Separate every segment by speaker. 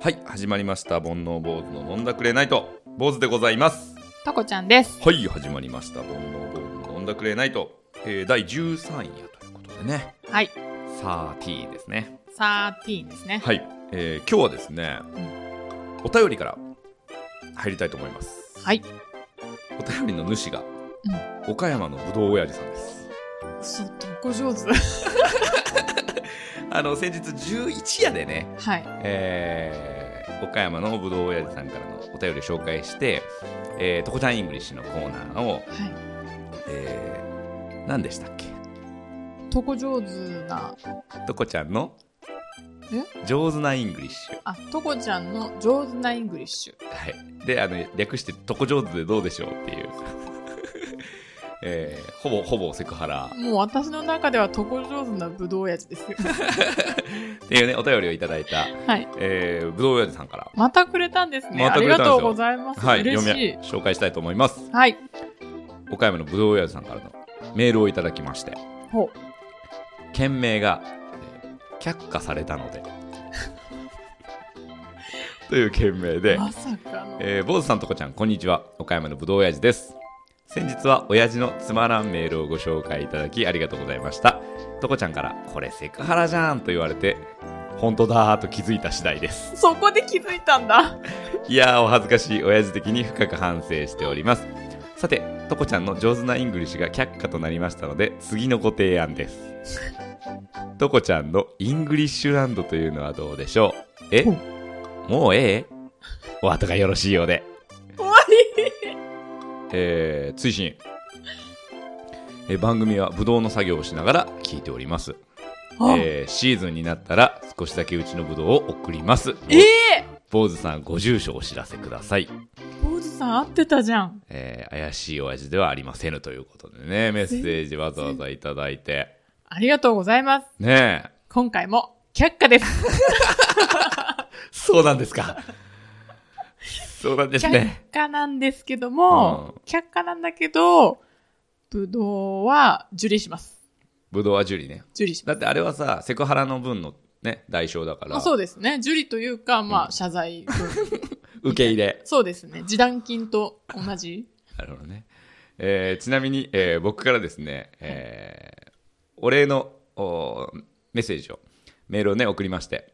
Speaker 1: はい始まりました煩悩坊主の飲んだくれないと坊主でございます
Speaker 2: タコちゃんです。
Speaker 1: はい始まりました煩悩坊主の飲んだくれないと、えー、第13夜ということでね
Speaker 2: はい、
Speaker 1: サーティーですね
Speaker 2: サーティーンですね。
Speaker 1: はい、えー、今日はですねお便りから入りたいと思います
Speaker 2: はい、
Speaker 1: お便りの主が、岡山のぶどう親父さんです
Speaker 2: そう、タコ上手。
Speaker 1: あの先日11夜でね
Speaker 2: はい、
Speaker 1: えー岡山のぶどう親父さんからのお便りを紹介して「えー、とこちゃんイングリッシュ」のコーナーを、
Speaker 2: は
Speaker 1: えー、何でしたっけ
Speaker 2: い、タコ上手な、
Speaker 1: とこちゃんの
Speaker 2: え
Speaker 1: 上手なイングリッシュ、
Speaker 2: あ、タコちゃんの上手なイングリッシュ。
Speaker 1: はい、であの略して「とこ上手でどうでしょう」っていう、 えーほぼほぼセクハラ
Speaker 2: もう私の中ではタコ上手なぶどうやつですよ。
Speaker 1: っていうねお便りをいただいた、
Speaker 2: はい、
Speaker 1: えー、ぶどう親父さんから、
Speaker 2: またくれたんですね。
Speaker 1: また
Speaker 2: あ
Speaker 1: く
Speaker 2: り
Speaker 1: れたんです
Speaker 2: が
Speaker 1: よ
Speaker 2: とうございます。
Speaker 1: はい、
Speaker 2: 嬉
Speaker 1: 読
Speaker 2: し
Speaker 1: み
Speaker 2: い。
Speaker 1: 紹介したいと思います
Speaker 2: はい、
Speaker 1: 岡山のぶどう親父さんからのメールをいただきまして
Speaker 2: ほ
Speaker 1: 件名が、えー却下されたの でという件名
Speaker 2: う、
Speaker 1: で、
Speaker 2: まさかの。
Speaker 1: えー、坊主さんとこちゃんこんにちは岡山のぶどう親父です先日は親父のつまらんメールをご紹介いただきありがとうございましたとこちゃんからこれセクハラじゃんと言われて本当だーと気づいた次第です
Speaker 2: そこで気づいたんだ。
Speaker 1: いやーお恥ずかしい親父的に深く反省しておりますさてとこちゃんの上手なイングリッシュが却下となりましたので次のご提案ですとこちゃんのイングリッシュランドというのはどうでしょうえ
Speaker 2: うん
Speaker 1: もうええお後がよろしいようで
Speaker 2: 終わり。
Speaker 1: えー、追伸えー番組はブドウの作業をしながら聞いております、
Speaker 2: あ、
Speaker 1: えーシーズンになったら少しだけうちのブドウを送ります
Speaker 2: ええ
Speaker 1: 坊主さんご住所お知らせください
Speaker 2: 坊主さん会ってたじゃん。
Speaker 1: えー怪しいお味ではありませぬということでね、メッセージわざわざいただいて。
Speaker 2: ありがとうございます。
Speaker 1: ねえ。
Speaker 2: 今回も却下です。
Speaker 1: そうなんですか。そうなんです
Speaker 2: 却
Speaker 1: ね。
Speaker 2: 下なんですけども、却下なんだけど、ぶどうは受理します。
Speaker 1: ぶどうは受理ね。
Speaker 2: 受理し
Speaker 1: だ
Speaker 2: ま
Speaker 1: っ
Speaker 2: す。
Speaker 1: てあれはさ、セクハラの分のね、代償だから。
Speaker 2: まあ、そうですね。受理というか、まあ、謝罪文。
Speaker 1: 受け入れ。
Speaker 2: そうですね。示談金と同じ。
Speaker 1: なるほどね。えーちなみに、えー僕からですね、えーお礼のおーメッセージを、メールをね、送りまして、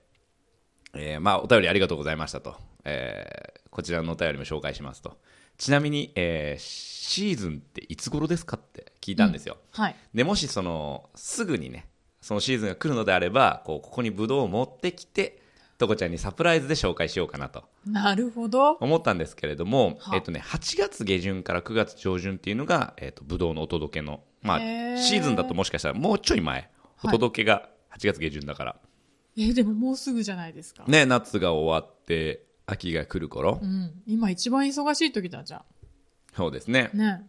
Speaker 1: えーまあ、お便りありがとうございましたと、えーこちらのお便りも紹介しますと。ちなみに、えーシーズンっていつ頃ですかって聞いたんですよ。
Speaker 2: はい。
Speaker 1: で、もし、その、すぐにね、そのシーズンが来るのであれば、こう、ここにブドウを持ってきて、とこちゃんにサプライズで紹介しようかなと。
Speaker 2: なるほど。
Speaker 1: 思ったんですけれども、
Speaker 2: は
Speaker 1: えっとね、8月下旬から9月上旬っていうのが、えっと、ぶどうのお届けの、まあ、
Speaker 2: へー
Speaker 1: シーズンだともしかしたらもうちょい前、お届けが8月下旬だから、
Speaker 2: えーでももうすぐじゃないですか。
Speaker 1: ね、夏が終わって、秋が来る頃、
Speaker 2: うん。今一番忙しい時だじゃ
Speaker 1: そうですね
Speaker 2: ん。、ね。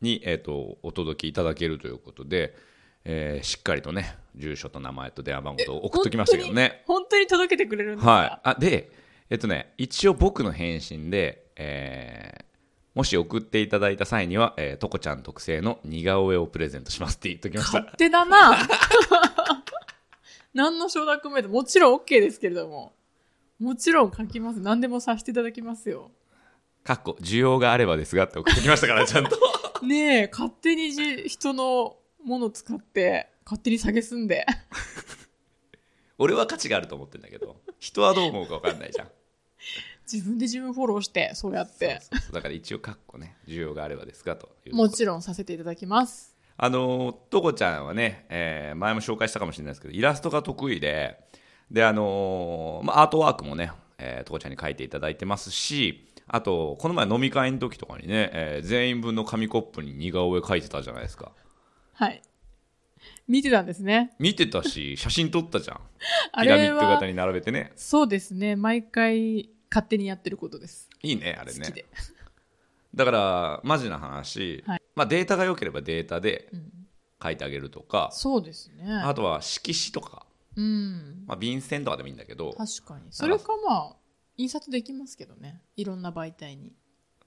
Speaker 1: に、えっと、お届けいただけるということで、えーしっかりとね、住所と名前と電話番号と送っときましたけどね。
Speaker 2: 本当に。本当に届けてくれるんですか
Speaker 1: はい。あ、で、えっとね、一応僕の返信で、えーもし送っていただいた際には、えー、とこちゃん特製の似顔絵をプレゼントしますって言っときまし
Speaker 2: 勝
Speaker 1: た。
Speaker 2: 手だな。 何の承諾も得て、もちろん OK ですけれども。もちろん書きます。何でもさせていただきますよ。
Speaker 1: かっこ、需要があればですがって送ってきましたから、ちゃんと。
Speaker 2: ねえ、勝手にじ人のもの使って、勝手に下げすんで。
Speaker 1: 俺は価値があると思ってんだけど、人はどう思うか分かんないじゃん。
Speaker 2: 自分で自分フォローして、そうやって。
Speaker 1: そうそうそうだから一応かっこね、需要があればですがという。
Speaker 2: もちろんさせていただきます。
Speaker 1: あのーとこちゃんはね、えー前も紹介したかもしれないですけど、イラストが得意で、で、あのーまあ、アートワークもね、えーとこちゃんに書いていただいてますし、あと、この前飲み会の時とかにね、えー全員分の紙コップに似顔絵描いてたじゃないですか。
Speaker 2: はい。見てたんですね。
Speaker 1: 見てたし、 写真撮ったじゃん。
Speaker 2: あ
Speaker 1: ピラミ
Speaker 2: れ
Speaker 1: ッド型
Speaker 2: は、
Speaker 1: に並べてね。
Speaker 2: そうですね。毎回勝手にやってることです。
Speaker 1: いいね、あれ
Speaker 2: 好き
Speaker 1: ね。
Speaker 2: で。
Speaker 1: だから、マジな話、
Speaker 2: はい
Speaker 1: まあ、データが良ければデータで
Speaker 2: うん
Speaker 1: 書いてあげるとか、
Speaker 2: そうですね。
Speaker 1: あとは色紙とか、
Speaker 2: うん。
Speaker 1: まあ、便箋とかでもいいんだけど、
Speaker 2: 確かにそれかまあ印刷できますけどねいろんな媒体に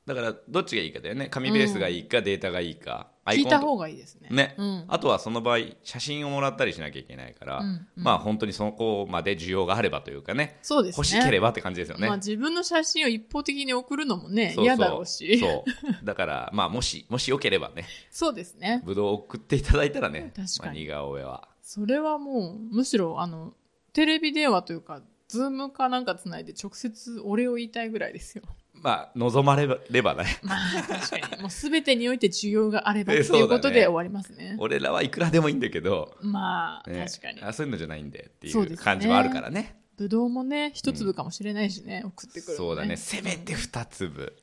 Speaker 1: だだからどっちがいいかだよね紙ベースがいいかデータがいいか、アイコ
Speaker 2: 聞い
Speaker 1: ンと
Speaker 2: た方がいいですね。
Speaker 1: ね
Speaker 2: うん。
Speaker 1: あとはその場合写真をもらったりしなきゃいけないから、
Speaker 2: うんうん
Speaker 1: まあ本当にそこまで需要があればというかね
Speaker 2: そうですね。
Speaker 1: 欲しけれ
Speaker 2: ば
Speaker 1: ばって感じですよね。
Speaker 2: まあ自分の写真を一方的に送るのも
Speaker 1: そ
Speaker 2: ね、
Speaker 1: うそう
Speaker 2: 嫌だろうし。 そう
Speaker 1: そうだからまあもしもしよければ ね
Speaker 2: ですね。
Speaker 1: ぶどうを送っていただいたらね
Speaker 2: 確かに
Speaker 1: まあ、似顔絵は
Speaker 2: それはもう、むしろ、あの、テレビ電話というか、ズームかなんかつないで直接お礼を言いたいぐらいですよ。
Speaker 1: まあ望 まれればね
Speaker 2: まあ確かに。もう全てにおいて需要があればって
Speaker 1: えそうだ
Speaker 2: い
Speaker 1: ね
Speaker 2: うことで終わりますね。
Speaker 1: 俺らはいくらでもいいんだけど、
Speaker 2: まあ、
Speaker 1: ね
Speaker 2: 確かに。
Speaker 1: あそういうのじゃないんでってい
Speaker 2: そうで
Speaker 1: う
Speaker 2: すね
Speaker 1: 感じもあるからね
Speaker 2: ぶどうもね、一粒かもしれないしね、送ってくる、
Speaker 1: そうだね。せめて2粒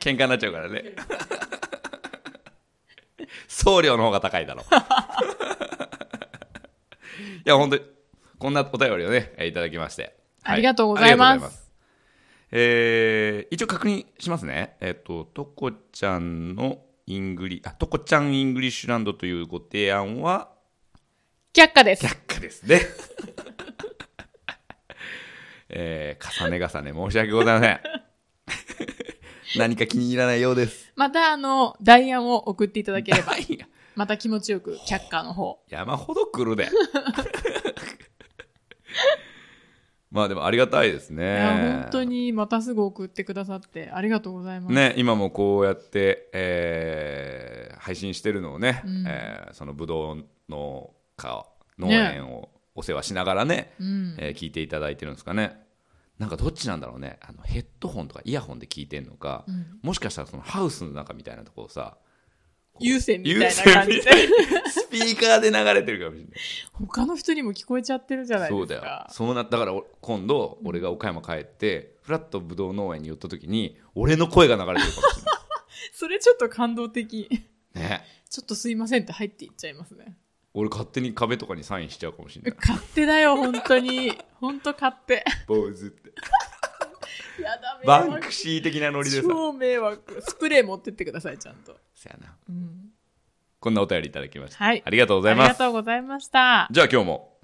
Speaker 1: 喧嘩になっちゃうからね送料の方が高いだろ ういや本当にこんなお便りをねえーいただきまして、
Speaker 2: ありがとうございます
Speaker 1: ありがとうござえー一応確認しますねえっ、ととこちゃんのイングリあとこちゃんイングリッシュランドというご提案は
Speaker 2: 却下です。
Speaker 1: 却下ですね。 えー重ね重ね申し訳ございません。 何か気に入らないようです。
Speaker 2: また、あの、代案を送っていただければ、
Speaker 1: いや
Speaker 2: また気持ちよく却下の方。
Speaker 1: 山ほど来るで。 まあでもありがたいです
Speaker 2: い
Speaker 1: ね。
Speaker 2: や本当にまたすぐ送ってくださってありがとうございます。
Speaker 1: ね、今もこうやって、えー配信してるのをね、
Speaker 2: うん
Speaker 1: えーそのぶどうのか農園をお世話しながらね、
Speaker 2: うん。
Speaker 1: えー聞いていただいてるんですかねなんかどっちなんだろうねあのヘッドホンとかイヤホンで聞いてんのか、
Speaker 2: うん
Speaker 1: もしかしたらそのハウスの中みたいなとこをさ
Speaker 2: 優先みたいな感じ
Speaker 1: 有
Speaker 2: で。
Speaker 1: 線み たいなスピーカーで流れてるかもしれない
Speaker 2: 他の人にも聞こえちゃってるじゃない
Speaker 1: そ
Speaker 2: で
Speaker 1: う
Speaker 2: す
Speaker 1: だよ
Speaker 2: か。
Speaker 1: そうなだからお今度俺が岡山帰ってふらっとぶどう農園に寄った時に俺の声が流れてるかもし
Speaker 2: それちょっと感動的。
Speaker 1: れ ないね
Speaker 2: ちょっとすいませんって入っていっちゃいますね。
Speaker 1: 俺勝手に壁とかにサインしちゃうかもし れない
Speaker 2: 勝手だよ、本当に。本当勝 手。
Speaker 1: 坊主って
Speaker 2: やだ、迷
Speaker 1: バン
Speaker 2: 惑
Speaker 1: ク。シー的なノリでさ
Speaker 2: 超迷惑。スプレー持ってってください、ちゃんと。
Speaker 1: そやな
Speaker 2: うん。
Speaker 1: こんなお便りいただきました、
Speaker 2: はい
Speaker 1: ありがとうござ
Speaker 2: あ
Speaker 1: い
Speaker 2: り
Speaker 1: ま
Speaker 2: が
Speaker 1: す
Speaker 2: とうございました。
Speaker 1: じゃあ今日も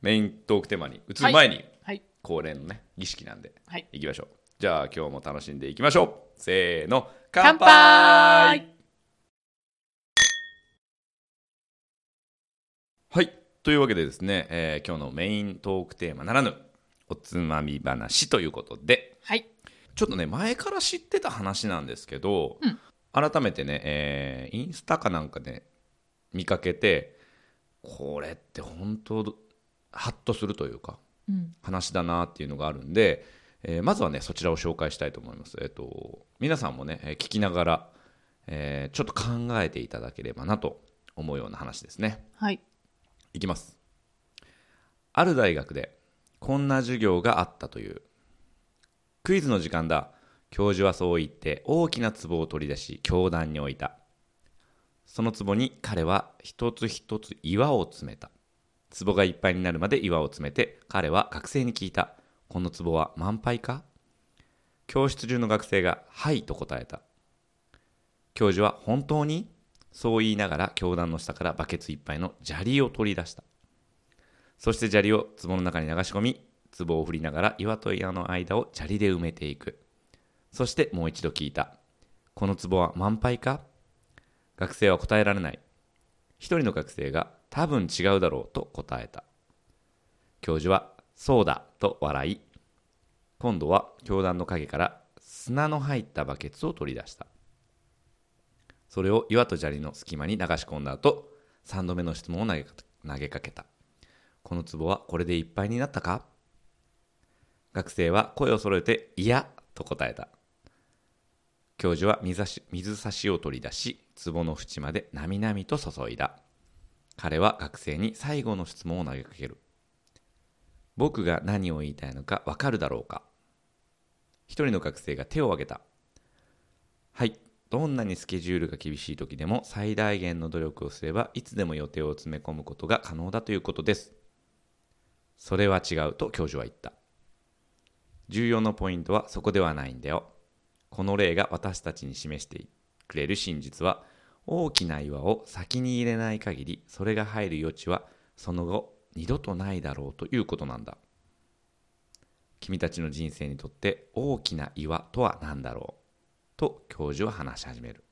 Speaker 1: メイントークテーマに移る前に、
Speaker 2: はい。
Speaker 1: 恒例のね儀式なんで
Speaker 2: はい。
Speaker 1: いきましょうじゃあ今日も楽しんでいきましょうせーの
Speaker 2: 乾杯
Speaker 1: はいというわけでですね、えー今日のメイントークテーマならぬおつまみ話ということで
Speaker 2: はい。
Speaker 1: ちょっとね前から知ってた話なんですけど、
Speaker 2: うん
Speaker 1: 改めてね、えーインスタかなんかで見かけてこれって本当ハッとするというか
Speaker 2: うん。
Speaker 1: 話だなっていうのがあるんで、えーまずはねそちらを紹介したいと思います、えっと皆さんもねえー聞きながら、えーちょっと考えていただければなと思うような話ですね
Speaker 2: はい。
Speaker 1: いきますある大学でこんな授業があったというクイズの時間だ教授はそう言って大きな壺を取り出し教壇に置いたその壺に彼は一つ一つ岩を詰めた壺がいっぱいになるまで岩を詰めて彼は学生に聞いたこの壺は満杯か教室中の学生が「はい」と答えた教授は「本当に?」そう言いながら教壇の下からバケツいっぱいの砂利を取り出したそして砂利を壺の中に流し込み壺を振りながら岩と岩の間を砂利で埋めていくそしてもう一度聞いたこの壺は満杯か学生は答えられない一人の学生が多分違うだろうと答えた教授はそうだと笑い今度は教団の陰から砂の入ったバケツを取り出したそれを岩と砂利の隙間に流し込んだ後3度目の質問を投げか投げかけたこの壺はこれでいっぱいになったか学生は声を揃えて「いや」と答えた教授は水差し水差しを取り出し壺の縁までなみなみと注いだ彼は学生に最後の質問を投げかける僕が何を言いたいのかわかるだろうか一人の学生が手を挙げたはいどんなにスケジュールが厳しい時でも最大限の努力をすればいつでも予定を詰め込むことが可能だということですそれは違うと教授は言った重要なポイントはそこではないんだよこの例が私たちに示してくれる真実は大きな岩を先に入れない限りそれが入る余地はその後二度とないだろうということなんだ君たちの人生にとって大きな岩とは何だろうと教授は話し始める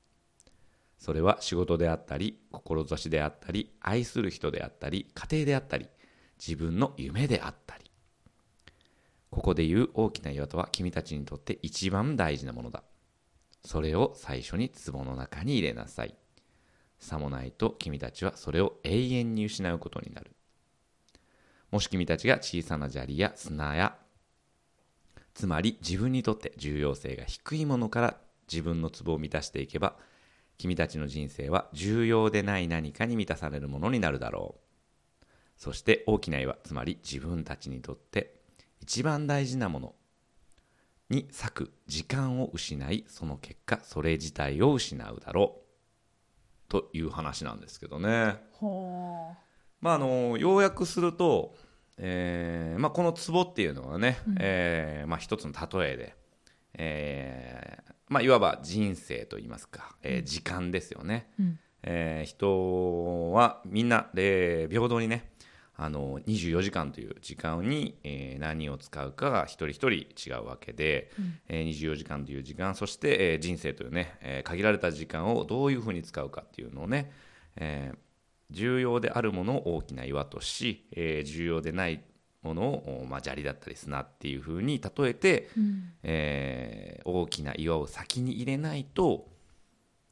Speaker 1: それは仕事であったり志であったり愛する人であったり家庭であったり自分の夢であったりここで言う大きな岩とは君たちにとって一番大事なものだそれを最初に壺の中に入れなさいさもないと君たちはそれを永遠に失うことになるもし君たちが小さな砂利や砂やつまり自分にとって重要性が低いものから自分の壺を満たしていけば君たちの人生は重要でない何かに満たされるものになるだろうそして大きな岩つまり自分たちにとって一番大事なものに割く時間を失いその結果それ自体を失うだろうという話なんですけどね。
Speaker 2: ほ
Speaker 1: まああの要約すると、えーまあ、この壺っていうのはね、えーまあ、一つの例えで、えーまあ、いわば人生といいますか、えー時間ですよね、
Speaker 2: うん
Speaker 1: えー人はみんな、えー平等にねあの24時間という時間に、えー何を使うかが一人一人違うわけで、えー24時間という時間そして、えー人生というね、えー限られた時間をどういうふうに使うかっていうのをね、えー重要であるものを大きな岩とし、えー重要でないものを、おまあ、砂利だったり砂っていうふうに例えて、
Speaker 2: う、うん、
Speaker 1: えー大きな岩を先に入れないと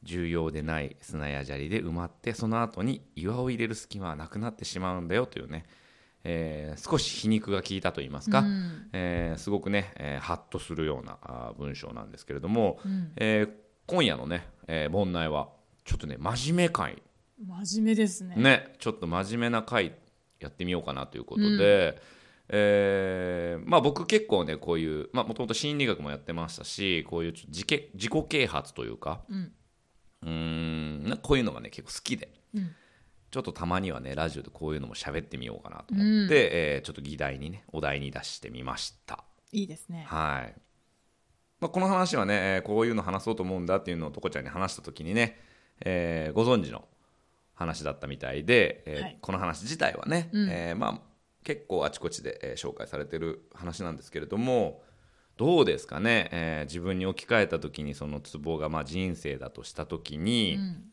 Speaker 1: 重要でない砂や砂利で埋まってその後に岩を入れる隙間はなくなってしまうんだよというね、えー少し皮肉が効いたと言いますか、
Speaker 2: うん
Speaker 1: えーすごくね、えーハッとするようなあー文章なんですけれども、
Speaker 2: うん
Speaker 1: えー今夜のね、えー、盆内はちょっとね真面目会
Speaker 2: 真面目ですね
Speaker 1: ね、ちょっと真面目な回やってみようかなということで、えーまあ、僕結構ねこういうもともと心理学もやってましたしこういうちょっと自己自己啓発というか
Speaker 2: うん
Speaker 1: うーんなんかこういうのがね結構好きで
Speaker 2: うん
Speaker 1: ちょっとたまにはねラジオでこういうのも喋ってみようかなと思って、えーちょっと議題にねお題に出してみました。
Speaker 2: いいですね
Speaker 1: はいまあ、この話はね、えーこういうの話そうと思うんだっていうのをとこちゃんに話した時にね、えーご存知の話だったみたいで、えー
Speaker 2: はい
Speaker 1: この話自体はね、
Speaker 2: うん
Speaker 1: えーまあ、結構あちこちで、えー紹介されてる話なんですけれどもどうですかね、えー自分に置き換えた時にそのツボがまあ人生だとした時に、
Speaker 2: うん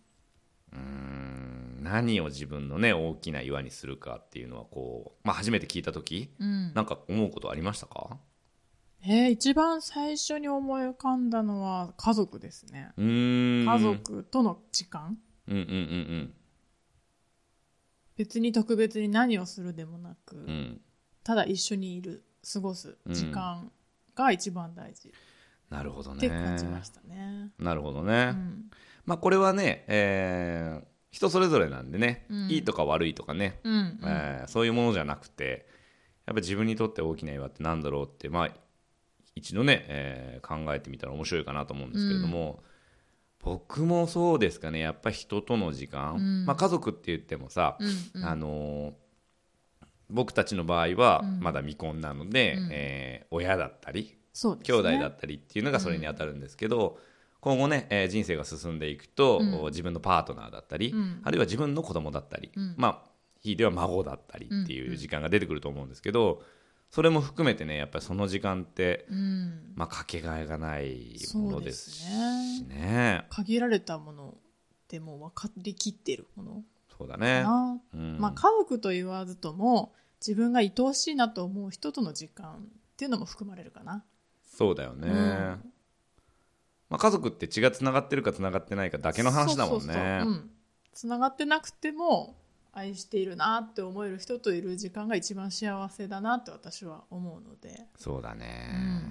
Speaker 1: うん何を自分のね大きな岩にするかっていうのはこう、まあ、初めて聞いた時
Speaker 2: うん
Speaker 1: なんか思うことありましたか
Speaker 2: えー一番最初に思い浮かんだのは家族ですね
Speaker 1: うーん
Speaker 2: 家族との時間
Speaker 1: うんうんうん
Speaker 2: 別に特別に何をするでもなく、
Speaker 1: うんうん
Speaker 2: ただ一緒にいる過ごす時間が一番大事
Speaker 1: なるほど
Speaker 2: っ
Speaker 1: ね
Speaker 2: て感じましたね。
Speaker 1: なるほどね、
Speaker 2: うん
Speaker 1: まあこれはね、えー人それぞれなんでね、
Speaker 2: うん
Speaker 1: いいとか悪いとかね、
Speaker 2: うんうん
Speaker 1: えーそういうものじゃなくてやっぱ自分にとって大きな岩ってなんだろうってまあ一度ね、えー考えてみたら面白いかなと思うんですけれども、僕もそうですかねやっぱ人との時間、
Speaker 2: うん
Speaker 1: まあ、家族って言ってもさ、
Speaker 2: うんうん
Speaker 1: あのー僕たちの場合は
Speaker 2: うん
Speaker 1: まだ未婚なので、
Speaker 2: うん
Speaker 1: えー親だったり
Speaker 2: そうです
Speaker 1: 兄
Speaker 2: ね
Speaker 1: 弟だったりっていうのがそれに当たるんですけど、今後ね、えー人生が進んでいくと、
Speaker 2: うん
Speaker 1: 自分のパートナーだったり、
Speaker 2: うん
Speaker 1: あるいは自分の子供だったり、
Speaker 2: うん
Speaker 1: まあひいては孫だったりっていう時間が出てくると思うんですけど、それも含めてねやっぱりその時間って、
Speaker 2: うん
Speaker 1: まあ、かけがえがないものですし
Speaker 2: そうです
Speaker 1: ね
Speaker 2: 限られたものでもう分かりきってるもの
Speaker 1: そうだ
Speaker 2: か
Speaker 1: ね。
Speaker 2: な、
Speaker 1: うん
Speaker 2: まあ、家族と言わずとも自分が愛おしいなと思う人との時間っていうのも含まれるかな。
Speaker 1: そうだよね、
Speaker 2: うん
Speaker 1: まあ、家族って血がつながってるかつながってないかだけの話だもん
Speaker 2: そうそう
Speaker 1: ね
Speaker 2: そううんつながってなくても愛しているなって思える人といる時間が一番幸せだなって私は思うので
Speaker 1: そうだね、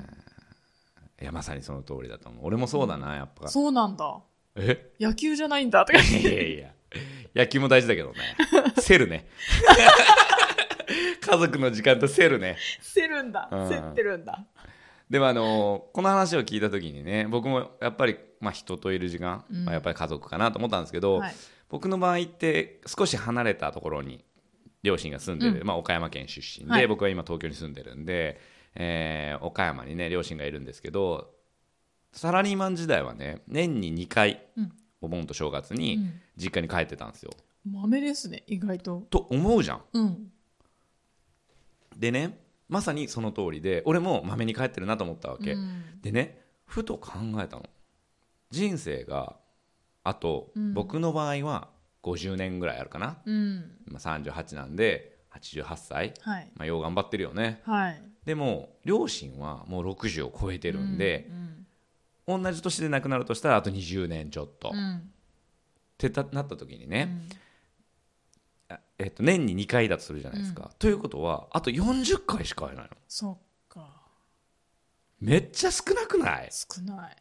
Speaker 1: いやまさにその通りだと思う俺もそうだなやっぱ
Speaker 2: そうなんだ
Speaker 1: え
Speaker 2: 野球じゃないんだとか言っ
Speaker 1: いやいや野球も大事だけど ねセルね 家族の時間とセルね
Speaker 2: てるんだ
Speaker 1: うん
Speaker 2: 競ってるんだ
Speaker 1: でもあのこの話を聞いた時にね僕もやっぱり、まあ、人といる時間、
Speaker 2: うん
Speaker 1: まあ、やっぱり家族かなと思ったんですけど、
Speaker 2: はい
Speaker 1: 僕の場合って少し離れたところに両親が住んでる、
Speaker 2: うん
Speaker 1: まあ、岡山県出身で、
Speaker 2: はい
Speaker 1: 僕は今東京に住んでるんで、えー岡山にね両親がいるんですけどサラリーマン時代はね年に2回
Speaker 2: うん
Speaker 1: お盆と正月
Speaker 2: う
Speaker 1: に
Speaker 2: ん
Speaker 1: 実家に帰ってたんですよ。
Speaker 2: 豆ですね意外と
Speaker 1: と思うじゃん。
Speaker 2: うん
Speaker 1: でねまさにその通りで俺もまめに帰ってるなと思ったわけ、
Speaker 2: うん
Speaker 1: でねふと考えたの人生があと、
Speaker 2: うん
Speaker 1: 僕の場合は50年ぐらいあるかな、
Speaker 2: うん
Speaker 1: まあ、38なんで88歳、
Speaker 2: はい
Speaker 1: まあ、よう頑張ってるよね
Speaker 2: はい
Speaker 1: でも両親はもう60を超えてるんで、
Speaker 2: うん
Speaker 1: 同じ年で亡くなるとしたらあと20年ちょっと、っ
Speaker 2: うん
Speaker 1: てたなった時に
Speaker 2: う
Speaker 1: ね、
Speaker 2: ん
Speaker 1: あえっと、年に2回だとするじゃないですか、ということはあと40回しか会えないの
Speaker 2: そっか
Speaker 1: めっちゃ少なくない
Speaker 2: 少ない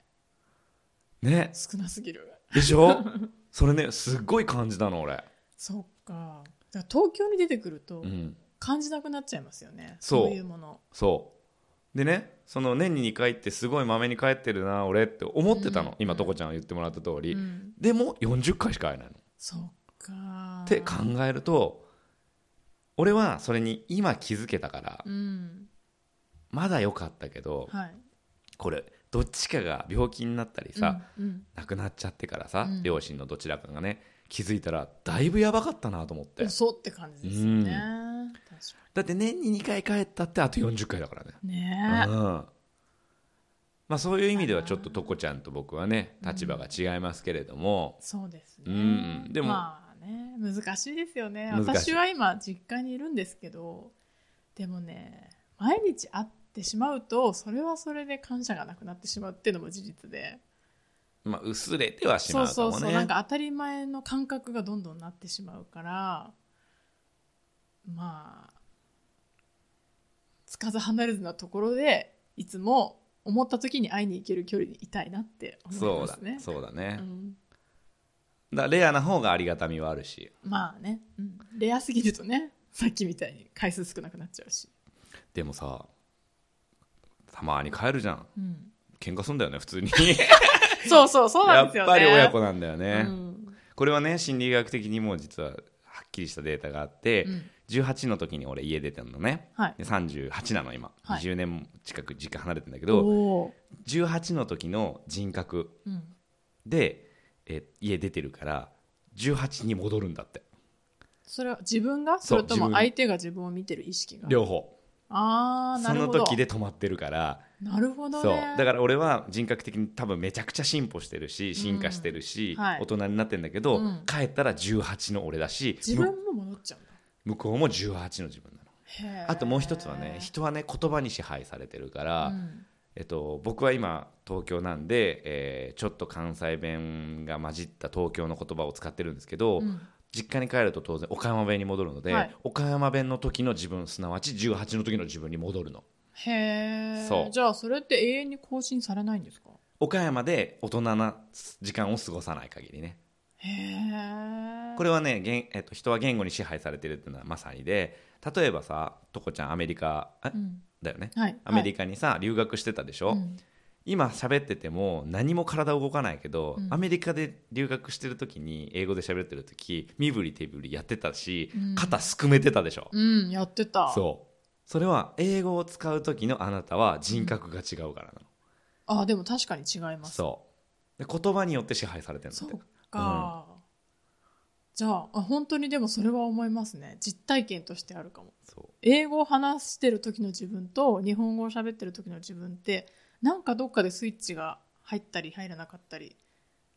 Speaker 1: ね
Speaker 2: 少なすぎる
Speaker 1: でしょ それねすっごい感じたの俺、
Speaker 2: そっかだから東京に出てくると
Speaker 1: うん、
Speaker 2: 感じなくなっちゃいますよね、
Speaker 1: そう
Speaker 2: そういうもの
Speaker 1: そうでねその年に2回ってすごいまめに帰ってるな俺って思ってたの、
Speaker 2: うん
Speaker 1: 今とこちゃんが言ってもらった通り、
Speaker 2: うん
Speaker 1: でも40回しか会えないの
Speaker 2: そっか
Speaker 1: って考えると俺はそれに今気づけたから、
Speaker 2: うん
Speaker 1: まだ良かったけど、
Speaker 2: はい
Speaker 1: これどっちかが病気になったりさ、
Speaker 2: うんうん
Speaker 1: 亡くなっちゃってからさ、
Speaker 2: うん
Speaker 1: 両親のどちらかがね気づいたらだいぶやばかったなと思って、
Speaker 2: 嘘って感じですよね、確か
Speaker 1: だって年に2回帰ったってあと40回だからね
Speaker 2: にね
Speaker 1: うんまあ、そういう意味ではちょっとトコちゃんと僕はね立場が違いますけれども、
Speaker 2: そうですね、
Speaker 1: うんでも
Speaker 2: まあね難しいですよね
Speaker 1: 難しい
Speaker 2: 私は今実家にいるんですけどでもね毎日会ってしまうとそれはそれで感謝がなくなってしまうっていうのも事実で
Speaker 1: まあ、薄れてはしまうか
Speaker 2: そう
Speaker 1: もね
Speaker 2: そうそうなんか当たり前の感覚がどんどんなってしまうからまあつかず離れずなところでいつも思った時に会いに行ける距離にいたいなって思い
Speaker 1: そう
Speaker 2: ま
Speaker 1: だ
Speaker 2: すね。
Speaker 1: そうだね、
Speaker 2: うん
Speaker 1: だからレアな方がありがたみはあるし
Speaker 2: まあね、うん、レアすぎるとねさっきみたいに回数少なくなっちゃうし、
Speaker 1: でもさたまに帰るじゃん
Speaker 2: うん、
Speaker 1: 喧嘩すんだよね普通に
Speaker 2: そうそうそうな
Speaker 1: や
Speaker 2: んで
Speaker 1: っ
Speaker 2: すよ
Speaker 1: ぱ
Speaker 2: ね
Speaker 1: り親子なんだよね、
Speaker 2: うん
Speaker 1: これはね心理学的にも実ははっきりしたデータがあって、
Speaker 2: うん
Speaker 1: 18の時に俺家出てんのね
Speaker 2: はい
Speaker 1: で38なの今、
Speaker 2: はい
Speaker 1: 20年近く実家離れてんだけ
Speaker 2: お
Speaker 1: ど
Speaker 2: ー
Speaker 1: 18の時の人格
Speaker 2: うん、
Speaker 1: でえ家出てるから18に戻るんだって
Speaker 2: それは自分がそ
Speaker 1: そう
Speaker 2: れと
Speaker 1: 自
Speaker 2: も
Speaker 1: 分
Speaker 2: 相手が自分を見てる意識が
Speaker 1: 両方
Speaker 2: ああな
Speaker 1: そ
Speaker 2: る
Speaker 1: の
Speaker 2: ほど
Speaker 1: 時で止まってるから
Speaker 2: なるほど
Speaker 1: そう
Speaker 2: ね
Speaker 1: だから俺は人格的に多分めちゃくちゃ進歩してるし進化してるし、
Speaker 2: うんはい
Speaker 1: 大人になってんだけど、
Speaker 2: うん
Speaker 1: 帰ったら18の俺だし
Speaker 2: 自
Speaker 1: む
Speaker 2: 分も戻っちゃうんだ
Speaker 1: 向こうも18の自分なの
Speaker 2: へー
Speaker 1: あともう一つはね人はね言葉に支配されてるから、
Speaker 2: うん
Speaker 1: えっと、僕は今東京なんで、えーちょっと関西弁が混じった東京の言葉を使ってるんですけど、
Speaker 2: うん
Speaker 1: 実家に帰ると当然岡山弁に戻るので、
Speaker 2: はい
Speaker 1: 岡山弁の時の自分すなわち18の時の自分に戻るの
Speaker 2: へえ
Speaker 1: そう
Speaker 2: じゃあそれって永遠に更新されないんですか
Speaker 1: 岡山で大人な時間を過ごさない限りね
Speaker 2: へえ
Speaker 1: これはね、言えっと、人は言語に支配されてるっていうのはまさにで例えればさとこちゃんアメリカえ
Speaker 2: うん
Speaker 1: だよね
Speaker 2: はい
Speaker 1: アメ
Speaker 2: カ
Speaker 1: リカにさ留学してたでしょ、
Speaker 2: うん
Speaker 1: 今喋ってても何も体動かないけど、
Speaker 2: うん
Speaker 1: アメリカで留学してる時に英語で喋ってる時身振り手振りやってたし、
Speaker 2: うん
Speaker 1: 肩すくめてたでしょ、
Speaker 2: うんやってた
Speaker 1: そうそれは英語を使う時のあなたは人格が違うからなの、
Speaker 2: あでも確かに違います
Speaker 1: そうで言葉によって支配されてるんだ
Speaker 2: そ
Speaker 1: っ
Speaker 2: ってか、じゃああ本当にでもそれは思いますね実体験としてあるかも
Speaker 1: そう
Speaker 2: 英語を話してる時の自分と日本語を喋ってる時の自分ってなんかどっかでスイッチが入ったり入らなかったり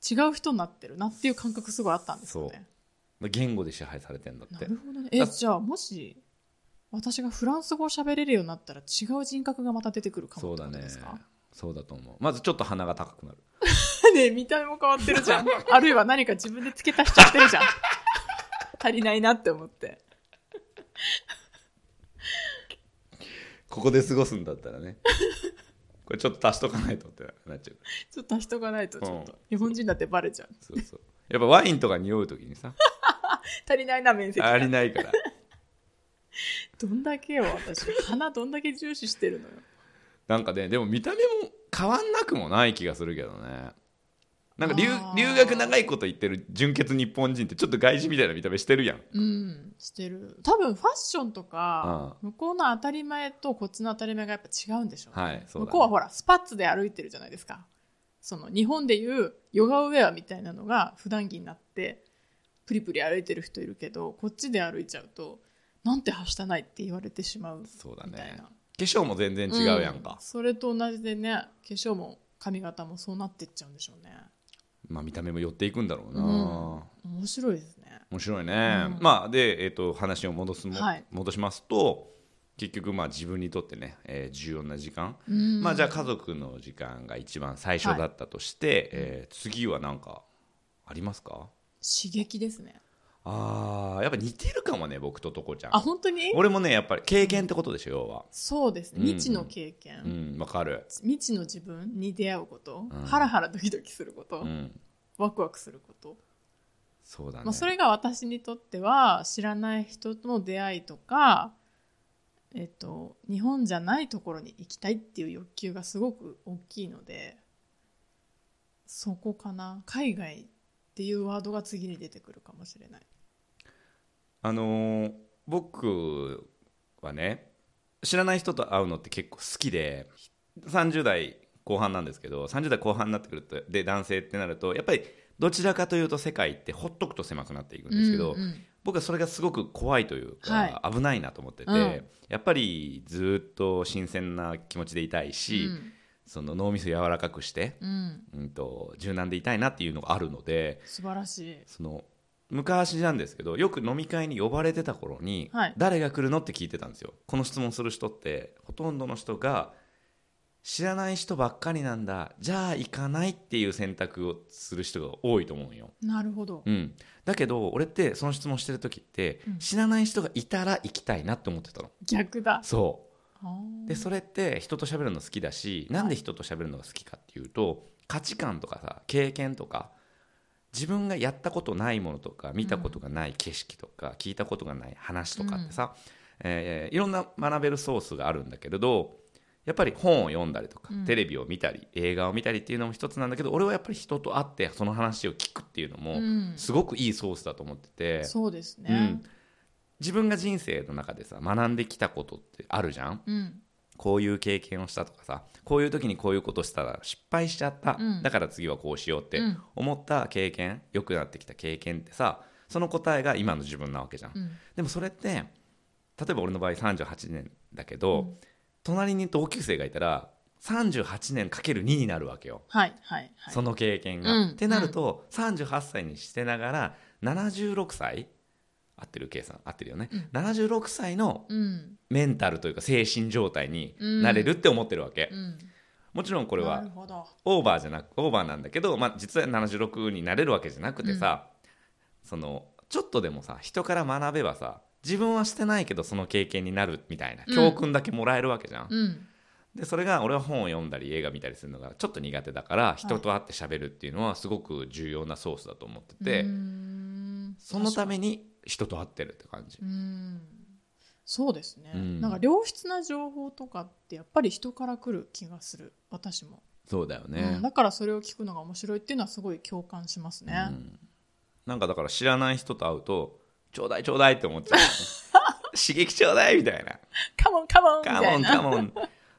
Speaker 2: 違う人になってるなっていう感覚すごいあったんですよね
Speaker 1: 言語で支配されてんだっ
Speaker 2: な
Speaker 1: て
Speaker 2: るほどねえ
Speaker 1: だ
Speaker 2: じゃあもし私がフランス語を喋れるようになったら違う人格がまた出てくるか
Speaker 1: そ
Speaker 2: もっ
Speaker 1: う
Speaker 2: て
Speaker 1: だ
Speaker 2: こと
Speaker 1: ね
Speaker 2: ですか
Speaker 1: そうだと思うまずちょっと鼻が高くなる
Speaker 2: ね見た目も変わってる じゃん。あるいは何か自分で付け足しちゃってるじゃん。足りないなって思って。
Speaker 1: ここで過ごすんだったらね これちょっと足しとかないとってなっちゃう
Speaker 2: ちょっと足しとかないと、ちょっと、
Speaker 1: うん
Speaker 2: 日本人だってバレちゃう。
Speaker 1: そうそうやっぱワインとか匂う時に さ
Speaker 2: 足りないな、面積が
Speaker 1: ありないから
Speaker 2: どんだけよ、私。鼻どんだけ重視してるのよ。
Speaker 1: なんかねでも見た目も変わんなくもない気がするけどねなんか留
Speaker 2: あー
Speaker 1: 留学長いこと言ってる純血日本人ってちょっと外人みたいな見た目してるやん
Speaker 2: うん、してる。多分ファッションとか、向こうの当たり前とこっちの当たり前がやっぱ違うんでしょうね。
Speaker 1: はいそうだね
Speaker 2: 向こうはほら、スパッツで歩いてるじゃないですか。その日本でいうヨガウェアみたいなのが普段着になってプリプリ歩いてる人いるけどこっちで歩いちゃうとなんてはしたないって言われてしまう
Speaker 1: そうだ
Speaker 2: みたい
Speaker 1: ね
Speaker 2: な
Speaker 1: 化粧も全然違うやん
Speaker 2: う
Speaker 1: か、
Speaker 2: それと同じでね化粧も髪型もそうなってっちゃうんでしょうね
Speaker 1: まあ、見た目も寄っていくんだろうな、
Speaker 2: 面白いですね。
Speaker 1: 面白いね、
Speaker 2: うん
Speaker 1: まあで、えっと話を戻すも、
Speaker 2: はい
Speaker 1: 戻しますと結局まあ自分にとってね、えー重要な時間、
Speaker 2: うん
Speaker 1: まあ、じゃあ家族の時間が一番最初だったとして、えー次は何かありますか
Speaker 2: 刺激ですね。
Speaker 1: あーやっぱ似てるかもね僕ととこちゃん
Speaker 2: あ、本当に
Speaker 1: 俺もねやっぱり経験ってことでしょ要は
Speaker 2: そうですね。
Speaker 1: うん
Speaker 2: 未知の経
Speaker 1: う
Speaker 2: 験、
Speaker 1: んわかる
Speaker 2: 未知の自分に出会うこと、
Speaker 1: ん
Speaker 2: ハラハラドキドキすること、
Speaker 1: うん
Speaker 2: ワクワクすること、
Speaker 1: そうだね、
Speaker 2: まあ、それが私にとっては知らない人との出会いとか、えっと、日本じゃないところに行きたいっていう欲求がすごく大きいのでそこかな海外っていうワードが次に出てくるかもしれない。
Speaker 1: あのー僕はね知らない人と会うのって結構好きで30代後半なんですけど30代後半になってくるとで男性ってなるとやっぱりどちらかというと世界ってほっとくと狭くなっていくんですけど、
Speaker 2: うんうん
Speaker 1: 僕はそれがすごく怖いというか、
Speaker 2: は
Speaker 1: 危ないなと思ってて、
Speaker 2: うん
Speaker 1: やっぱりずっと新鮮な気持ちでいたいし、その脳みそ柔らかくして、
Speaker 2: うんうん
Speaker 1: うん、と柔軟でいたいなっていうのがあるので
Speaker 2: 素晴らしい。
Speaker 1: その昔なんですけどよく飲み会に呼ばれてた頃に、
Speaker 2: はい
Speaker 1: 誰が来るのって聞いてたんですよこの質問する人ってほとんどの人が知らない人ばっかりなんだじゃあ行かないっていう選択をする人が多いと思うよ、
Speaker 2: なるほど。
Speaker 1: うん、だけど俺ってその質問してる時って、
Speaker 2: うん
Speaker 1: 知らない人がいたら行きたいなって思ってたの
Speaker 2: 逆だ。
Speaker 1: そう
Speaker 2: あー
Speaker 1: でそれって人と喋るの好きだしなんで人と喋るのが好きかっていうと価値観とかさ経験とか自分がやったことないものとか見たことがない景色とか、聞いたことがない話とかってさ、えーいろんな学べるソースがあるんだけれどやっぱり本を読んだりとか、
Speaker 2: うん
Speaker 1: テレビを見たり映画を見たりっていうのも一つなんだけど俺はやっぱり人と会ってその話を聞くっていうのも
Speaker 2: うん
Speaker 1: すごくいいソースだと思ってて、
Speaker 2: そうです
Speaker 1: う
Speaker 2: ね
Speaker 1: ん。自分が人生の中でさ学んできたことってあるじゃん、
Speaker 2: うん。
Speaker 1: こういう経験をしたとかさこういう時にこういうことしたら失敗しちゃった、
Speaker 2: うん
Speaker 1: だから次はこうしようって
Speaker 2: うん
Speaker 1: 思った経験良くなってきた経験ってさその答えが今の自分なわけじゃん、
Speaker 2: うん
Speaker 1: でもそれって例えば俺の場合38年だけど、
Speaker 2: うん
Speaker 1: 隣に同級生がいたら38年かける2になるわけよ、
Speaker 2: はいはいはい。
Speaker 1: その経験が、
Speaker 2: うん
Speaker 1: ってなると、38歳にしてながら76歳合ってる計算合ってるよね、
Speaker 2: うん
Speaker 1: 76歳の
Speaker 2: うん
Speaker 1: メンタルというか精神状態になれるって思ってるわけ、
Speaker 2: うん。
Speaker 1: もちろんこれ
Speaker 2: な
Speaker 1: は
Speaker 2: るほど。
Speaker 1: オーバーじゃなくオーバーなんだけど、まあ、実は76になれるわけじゃなくてさ、そのちょっとでもさ人から学べばさ自分はしてないけどその経験になるみたいな
Speaker 2: うん
Speaker 1: 教訓だけもらえるわけじゃん、
Speaker 2: うん。
Speaker 1: でそれが俺は本を読んだり映画見たりするのがちょっと苦手だから人と会って喋るっていうのはすごく重要なソースだと思ってて、
Speaker 2: うん
Speaker 1: そのために人と会ってるって感じ、
Speaker 2: うんそうですね、
Speaker 1: うん
Speaker 2: なんか良質な情報とかってやっぱり人から来る気がする私も、
Speaker 1: そうだよね、
Speaker 2: うんだからそれを聞くのが面白いっていうのはすごい共感しますね、
Speaker 1: うんなんかだから知らない人と会うと「ちょうだいちょうだい」って思っちゃう 刺激ちょうだいみたいな
Speaker 2: カモンカモ
Speaker 1: 「
Speaker 2: ンみ
Speaker 1: カ
Speaker 2: た
Speaker 1: モ
Speaker 2: い
Speaker 1: ン
Speaker 2: な
Speaker 1: カモン」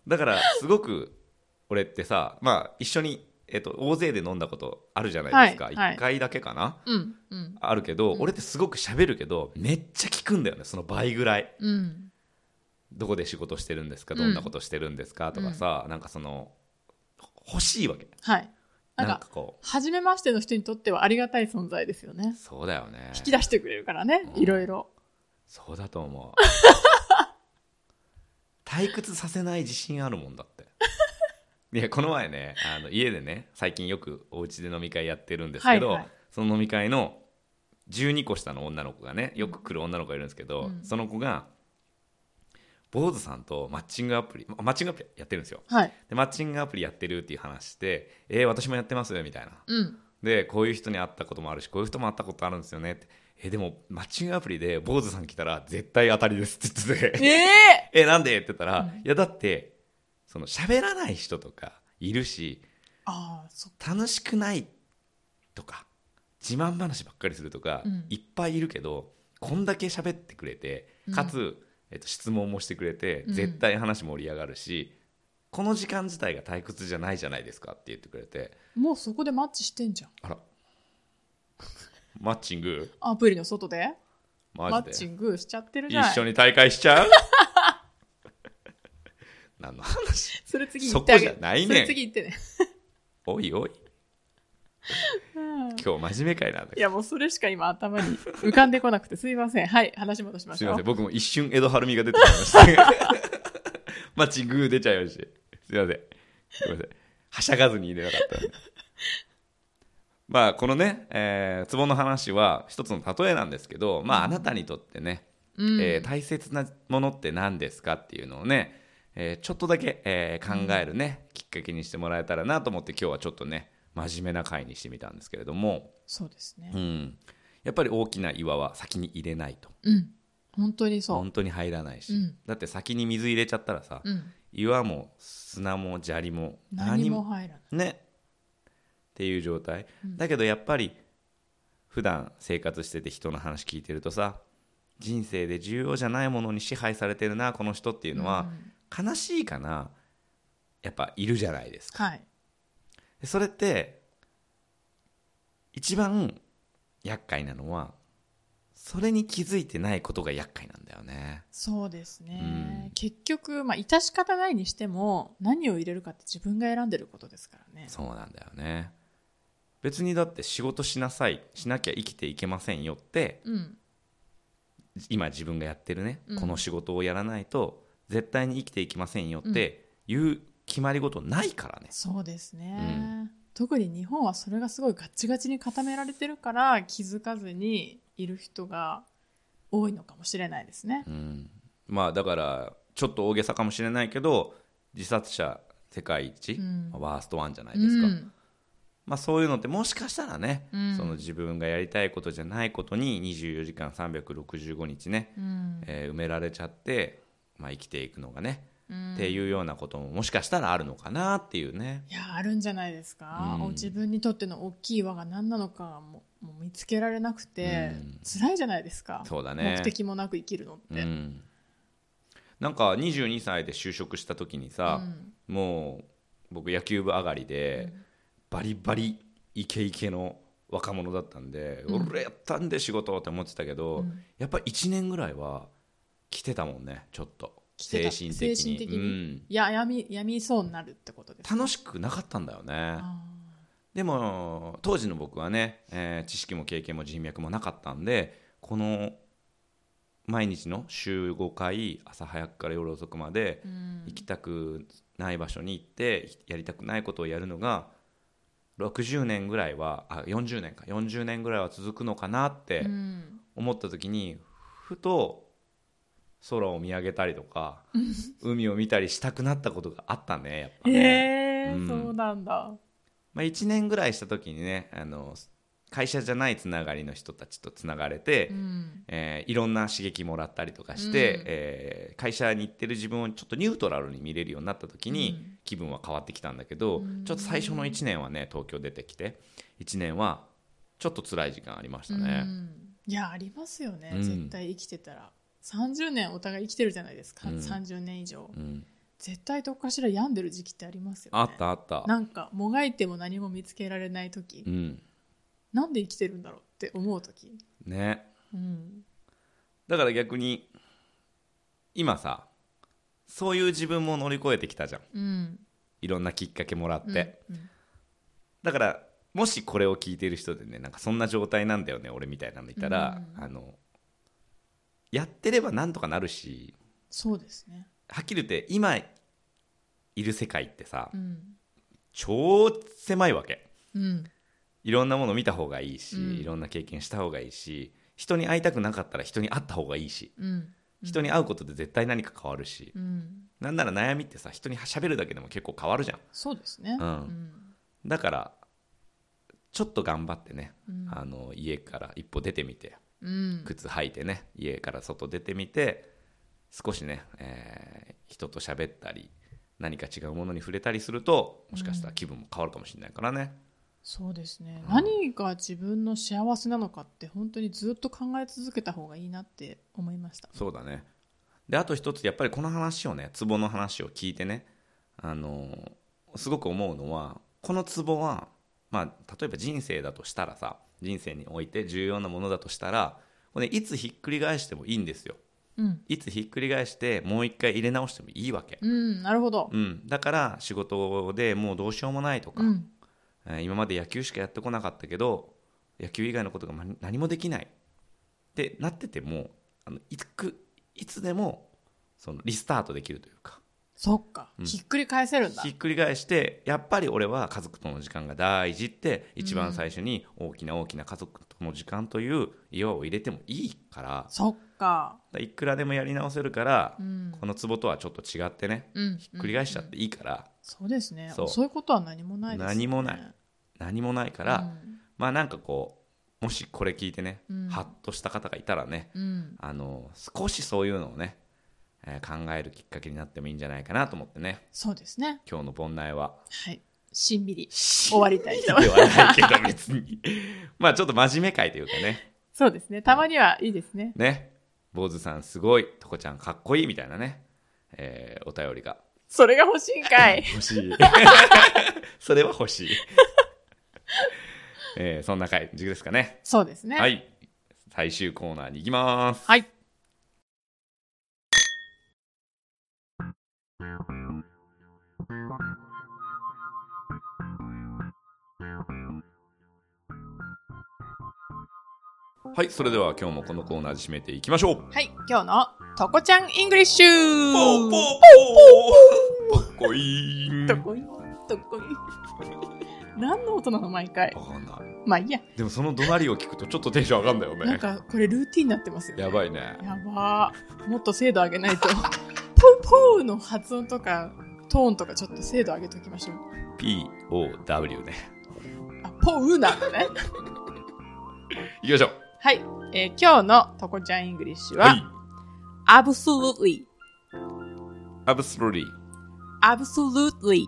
Speaker 1: だからすごく俺ってさまあ一緒に、えっと大勢で飲んだことあるじゃないですか、
Speaker 2: はい
Speaker 1: 一
Speaker 2: はい
Speaker 1: 1回だけかな
Speaker 2: うんうん
Speaker 1: あるけど、
Speaker 2: うん
Speaker 1: 俺ってすごく喋るけどめっちゃ聞くんだよねその倍ぐらい
Speaker 2: うん
Speaker 1: どこで仕事してるんですか
Speaker 2: うん
Speaker 1: どんなことしてるんですか、とかさなんかその欲しいわけ
Speaker 2: はいなん
Speaker 1: なん
Speaker 2: か
Speaker 1: かこ
Speaker 2: 初めましての人にとってはありがたい存在ですよね
Speaker 1: うそうだよね
Speaker 2: 引き出してくれるからね
Speaker 1: うん
Speaker 2: いろいろ
Speaker 1: そうだと思う 退屈させない自信あるもんだっていやこの前ねあの家でね最近よくお家で飲み会やってるんですけど、
Speaker 2: はいはい
Speaker 1: その飲み会の12個下の女の子がねよく来る女の子がいるんですけど、
Speaker 2: うん
Speaker 1: その子が坊主さんとマッチングアプリマッチングアプリやってるんですよ
Speaker 2: はい
Speaker 1: でマッチングアプリやってるっていう話して「えー私もやってます」みたいな
Speaker 2: うん
Speaker 1: でこういう人に会ったこともあるしこういう人も会ったことあるんですよねってえでもマッチングアプリで坊主さん来たら絶対当たりですって言って
Speaker 2: え
Speaker 1: て
Speaker 2: え
Speaker 1: えなんでって言ったら、
Speaker 2: うん
Speaker 1: いやだってその喋らない人とかいるし
Speaker 2: ああそっか
Speaker 1: 楽しくないとか自慢話ばっかりするとか、
Speaker 2: うん
Speaker 1: いっぱいいるけどこんだけ喋ってくれてかつ、えっと、質問もしてくれて
Speaker 2: うん
Speaker 1: 絶対話盛り上がるし、この時間自体が退屈じゃないじゃないですかって言ってくれて
Speaker 2: もうそこでマッチしてんじゃん
Speaker 1: あら マッチング
Speaker 2: アプリの外でマ
Speaker 1: マ
Speaker 2: ッ
Speaker 1: ジ
Speaker 2: チ
Speaker 1: で
Speaker 2: ングしちゃってるじゃん
Speaker 1: 一緒に大会しちゃう 何の話
Speaker 2: それ次行ってあげ
Speaker 1: そこじゃないねん
Speaker 2: それ次行ってね
Speaker 1: おいおい
Speaker 2: うん
Speaker 1: 今日真面目会なんだ
Speaker 2: い
Speaker 1: け
Speaker 2: やもうそれしか今頭に浮かんでこなくてすいませんはい話戻し
Speaker 1: ど
Speaker 2: ますし
Speaker 1: い
Speaker 2: ょ
Speaker 1: ませ
Speaker 2: うん
Speaker 1: 僕も一瞬江戸晴美が出てきました マッチグー出ちゃいましたすいませんすいませんはしゃがずに入れなかったんでまあこのね、えー、壺の話は一つの例えなんですけどまああなたにとってね、
Speaker 2: うん
Speaker 1: えー大切なものって何ですかっていうのをね、えーちょっとだけ、えー考えるね、きっかけにしてもらえたらなと思って今日はちょっとね真面目な回にしてみたんですけれども、
Speaker 2: そうですね
Speaker 1: うん、やっぱり大きな岩は先に入れないと
Speaker 2: うん本当にそ
Speaker 1: 本当に入らないし、
Speaker 2: うん
Speaker 1: だって先に水入れちゃったらさ、
Speaker 2: ううん
Speaker 1: 岩も砂も砂利も
Speaker 2: 何も入らない
Speaker 1: ねっていう状態、
Speaker 2: うん
Speaker 1: だけどやっぱり普段生活してて人の話聞いてるとさ人生で重要じゃないものに支配されてるなこの人っていうのは
Speaker 2: う、ん
Speaker 1: 悲しいかなやっぱいるじゃないですか
Speaker 2: はい
Speaker 1: でそれって一番厄介なのはそれに気づいてないことが厄介なんだよね
Speaker 2: そうですね、
Speaker 1: うん
Speaker 2: 結局まあ致し方ないにしても何を入れるかって自分が選んでることですからね
Speaker 1: そうなんだよね別にだって仕事しなさいしなきゃ生きていけませんよって
Speaker 2: うん
Speaker 1: 今自分がやってるね、
Speaker 2: うん
Speaker 1: この仕事をやらないと絶対に生きていきませんよっていう決まり事ないからね、
Speaker 2: そうですね、特に日本はそれがすごいガッチガチに固められてるから気づかずにいる人が多いのかもしれないですね、
Speaker 1: うんまあだからちょっと大げさかもしれないけど自殺者世界一、
Speaker 2: うん
Speaker 1: ワーストワンじゃないですか、
Speaker 2: うん
Speaker 1: まあ、そういうのってもしかしたらね、
Speaker 2: うん
Speaker 1: その自分がやりたいことじゃないことに24時間365日ね、
Speaker 2: うん
Speaker 1: えー埋められちゃって、まあ、生きていくのがね
Speaker 2: うん
Speaker 1: っていうようなことももしかしたらあるのかなっていうね。
Speaker 2: いやあるんじゃないですか、
Speaker 1: うん
Speaker 2: 自分にとっての大きい輪が何なのかももう見つけられなくて、
Speaker 1: うん
Speaker 2: 辛いじゃないですか
Speaker 1: そうだね
Speaker 2: 目的もなく生きるのっ
Speaker 1: う
Speaker 2: て、
Speaker 1: ん、なんか22歳で就職した時にさ、もう僕野球部上がりで、バリバリイケイケの若者だったんで、
Speaker 2: うん
Speaker 1: 俺やったんで仕事って思ってたけど、
Speaker 2: うん
Speaker 1: やっぱ1年ぐらいは来てたもんねちょっと
Speaker 2: 来てた
Speaker 1: 精神的に
Speaker 2: 精神的に
Speaker 1: うん、
Speaker 2: いややみやみそうになるってことですか
Speaker 1: 楽しくなかったんだよね
Speaker 2: あ
Speaker 1: でも当時の僕はね、えー知識も経験も人脈もなかったんでこの毎日の週5回朝早くから夜遅くまで
Speaker 2: ーうん
Speaker 1: 行きたくない場所に行ってやりたくないことをやるのが60年ぐらいはあ40年か40年ぐらいは続くのかなって
Speaker 2: うん
Speaker 1: 思った時にふと空を見上げたりとか海を見たりしたくなったことがあったねやっぱ
Speaker 2: え
Speaker 1: ね。
Speaker 2: ー
Speaker 1: うん
Speaker 2: そうなんだ
Speaker 1: まあ、1年ぐらいした時にねあの会社じゃないつながりの人たちとつながれて、
Speaker 2: うん
Speaker 1: えーいろんな刺激もらったりとかして、
Speaker 2: うん
Speaker 1: えー会社に行ってる自分をちょっとニュートラルに見れるようになった時に、
Speaker 2: うん
Speaker 1: 気分は変わってきたんだけど、
Speaker 2: うん
Speaker 1: ちょっと最初の1年はね東京出てきて1年はちょっと辛い時間ありました
Speaker 2: う
Speaker 1: ね。
Speaker 2: んいやありますよね、
Speaker 1: うん
Speaker 2: 絶対生きてたら30年お互い生きてるじゃないですか、
Speaker 1: うん
Speaker 2: 30年以上
Speaker 1: うん
Speaker 2: 絶対どっかしら病んでる時期ってありますよね
Speaker 1: あったあった。
Speaker 2: なんかもがいても何も見つけられない時、
Speaker 1: うん
Speaker 2: なんで生きてるんだろうって思う時、
Speaker 1: ね、
Speaker 2: うん、
Speaker 1: だから逆に今さそういう自分も乗り越えてきたじゃん
Speaker 2: うん、
Speaker 1: いろんなきっかけもらって。
Speaker 2: うん、
Speaker 1: だからもしこれを聞いてる人でねなんかそんな状態なんだよね俺みたいなのいたら、
Speaker 2: うん
Speaker 1: あのやってればなんとかなるし
Speaker 2: そうですね、
Speaker 1: はっきり言って今いる世界ってさ、
Speaker 2: うん
Speaker 1: 超狭いわけ
Speaker 2: うん、
Speaker 1: いろんなもの見た方がいいし、
Speaker 2: うん
Speaker 1: いろんな経験した方がいいし人に会いたくなかったら人に会った方がいいし
Speaker 2: うん、
Speaker 1: 人に会うことで絶対何か変わるし、
Speaker 2: うん、
Speaker 1: なんなら悩みってさ人に喋るだけでも結構変わるじゃん
Speaker 2: そうですね、
Speaker 1: うんだからちょっと頑張ってね、
Speaker 2: うん
Speaker 1: あの家から一歩出てみて
Speaker 2: うん、
Speaker 1: 靴履いてね家から外出てみて少しね、えー人と喋ったり何か違うものに触れたりするともしかしたら気分も変わるかもしれないからね、
Speaker 2: そうですね、
Speaker 1: うん
Speaker 2: 何が自分の幸せなのかって本当にずっと考え続けた方がいいなって思いました。
Speaker 1: そうだねであと一つやっぱりこの話をね壺の話を聞いてねあのーすごく思うのはこの壺は、まあ、例えば人生だとしたらさ人生において重要なものだとしたらこれいつひっくり返してもいいんですよ
Speaker 2: うん、
Speaker 1: いつひっくり返してもう一回入れ直してもいいわけ
Speaker 2: うん、なるほど
Speaker 1: う。ん、だから仕事でもうどうしようもないとか、
Speaker 2: うん、
Speaker 1: えー今まで野球しかやってこなかったけど野球以外のことがま何もできないってなっててもあのいつくいつでもそのリスタートできるというか
Speaker 2: そっか、
Speaker 1: うん
Speaker 2: ひっくり返せるんだ
Speaker 1: ひっくり返してやっぱり俺は家族との時間が大事って一番最初に大きな大きな家族との時間という岩を入れてもいいからだか
Speaker 2: そっか、
Speaker 1: らいくらでもやり直せるから、
Speaker 2: うん、
Speaker 1: この壺とはちょっと違ってね
Speaker 2: うん
Speaker 1: ひっくり返しちゃ
Speaker 2: う
Speaker 1: っ
Speaker 2: ん
Speaker 1: ていいから、
Speaker 2: そうですね
Speaker 1: そう
Speaker 2: 遅いことは何もないです、ね、
Speaker 1: 何もない何もないから、まあなんかこうもしこれ聞いてね、
Speaker 2: うん
Speaker 1: ハッとした方がいたらね
Speaker 2: うん、うん
Speaker 1: あの少しそういうのをね、えー考えるきっかけになってもいいんじゃないかなと思ってね
Speaker 2: そうですね
Speaker 1: 今日の盆内 は
Speaker 2: はいしんみり終わりたいと思い
Speaker 1: で
Speaker 2: ます
Speaker 1: はないけど別に まあちょっと真面目会というかね
Speaker 2: そうですねたまにはいいですね
Speaker 1: ね坊主さんすごいとこちゃんかっこいいみたいなね、えーお便りが
Speaker 2: それが欲しいんかい
Speaker 1: 欲しい それは欲しい、 えーそんな回軸ですかね
Speaker 2: そうですね
Speaker 1: はい最終コーナーに行きます
Speaker 2: はい
Speaker 1: はいそれでは今日もこのコーナーで締めていきましょう
Speaker 2: はい、今日のとこちゃんイングリッシュ
Speaker 1: ポーポーポーポーポーポーポイーン
Speaker 2: とこいとこい何の音なの毎回
Speaker 1: わかんない
Speaker 2: まあいいや
Speaker 1: でもその怒鳴りを聞くとちょっとテンション上がんだよね
Speaker 2: なんかこれルーティンになってますよね
Speaker 1: やばいね
Speaker 2: やばーもっと精度上げないと ポンポーの発音とかトーンとかちょっと精度上げときましょう
Speaker 1: POW ね
Speaker 2: あポウなんだね
Speaker 1: 行きましょう
Speaker 2: はい、えー今日のとこちゃんイングリッシュは、
Speaker 1: はい
Speaker 2: absolutely
Speaker 1: Absolutely
Speaker 2: absolutely